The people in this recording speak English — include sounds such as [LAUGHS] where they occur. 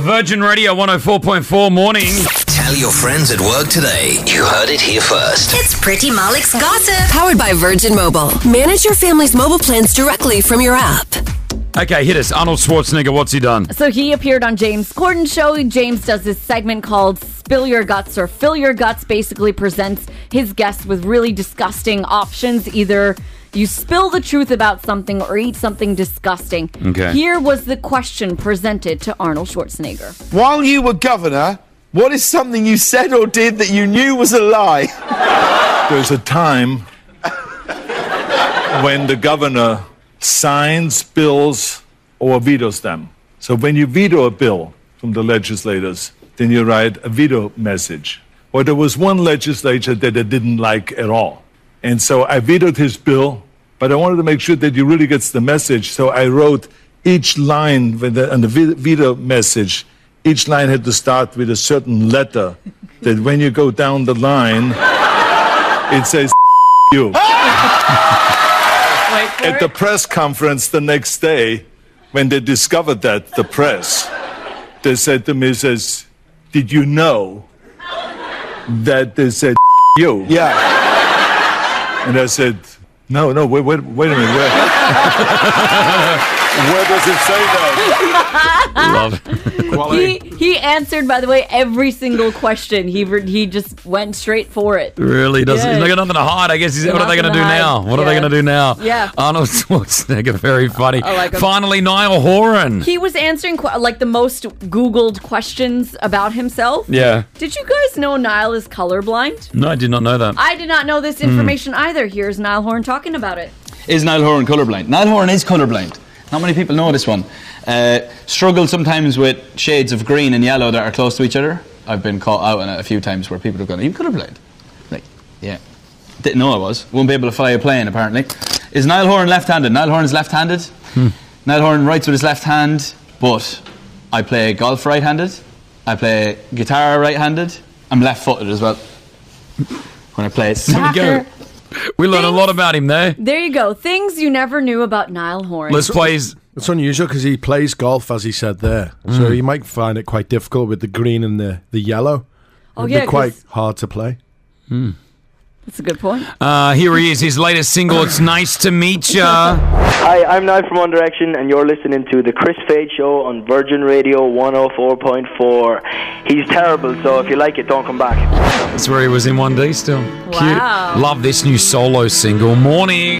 Virgin Radio 104.4 morning. Tell your friends at work today. You heard it here first. It's Pretty Malik's gossip. Powered by Virgin Mobile. Manage your family's mobile plans directly from your app. Okay, hit us. Arnold Schwarzenegger, what's he done? So he appeared on James Corden's show. James does this segment called Spill Your Guts or Fill Your Guts, basically presents his guests with really disgusting options. Either you spill the truth about something or eat something disgusting. Okay. Here was the question presented to Arnold Schwarzenegger. While you were governor, what is something you said or did that you knew was a lie? There's a time when the governor signs bills or vetoes them. So when you veto a bill from the legislators, then you write a veto message. Or there was one legislature that I didn't like at all. And so I vetoed his bill, but I wanted to make sure that he really gets the message. So I wrote each line with the, on the ve- veto message, each line had to start with a certain letter that when you go down the line, it says you. At the press conference the next day, when they discovered that, the press, they said to me, says, did you know that they said you? Yeah. And I said, no, no, wait, wait, wait [LAUGHS] a minute. Where, where does it say that? Ah. Love. He, he answered, by the way, every single question. He, re- he just went straight for it. Really doesn't. Yeah. He's not got nothing to hide. I guess. He's, what are they going Nothing to do to hide. now? What are they Yeah. going to do now? Yeah. Oh, Arnold [LAUGHS] Schwarzenegger, very funny. I like him. Finally, Niall Horan. He was answering que- like the most Googled questions about himself. Yeah. Did you guys know Niall is colorblind? No, I did not know that. I did not know this information either. Here's Niall Horn talking about it. Is Niall Horan colourblind? Niall Horan is colourblind. Not many people know this one. Uh, struggled sometimes with shades of green and yellow that are close to each other. I've been caught out on it a few times where people have gone, Are you colourblind? Like, yeah. Didn't know I was. Won't be able to fly a plane, apparently. Is Niall Horan left handed? Niall Horan's left handed. Niall Horan writes with his left hand, but I play golf right handed. I play guitar right handed. I'm left footed as well. When I play There we go. We learned a lot about him there. There you go. Things you never knew about Niall Horn. Let's play his. It's unusual because he plays golf, as he said there. Hmm. So you might find it quite difficult with the green and the, the yellow. Oh, It'd yeah, be quite 'cause- hard to play. That's a good point. Uh, here he is. His latest single. It's nice to meet ya. Hi, I'm Niall from One Direction, and you're listening to The Chris Fade Show on Virgin Radio 104.4. He's terrible, so if you like it, don't come back. That's where he was in 1D still. Wow. Cute. Love this new solo single. Morning.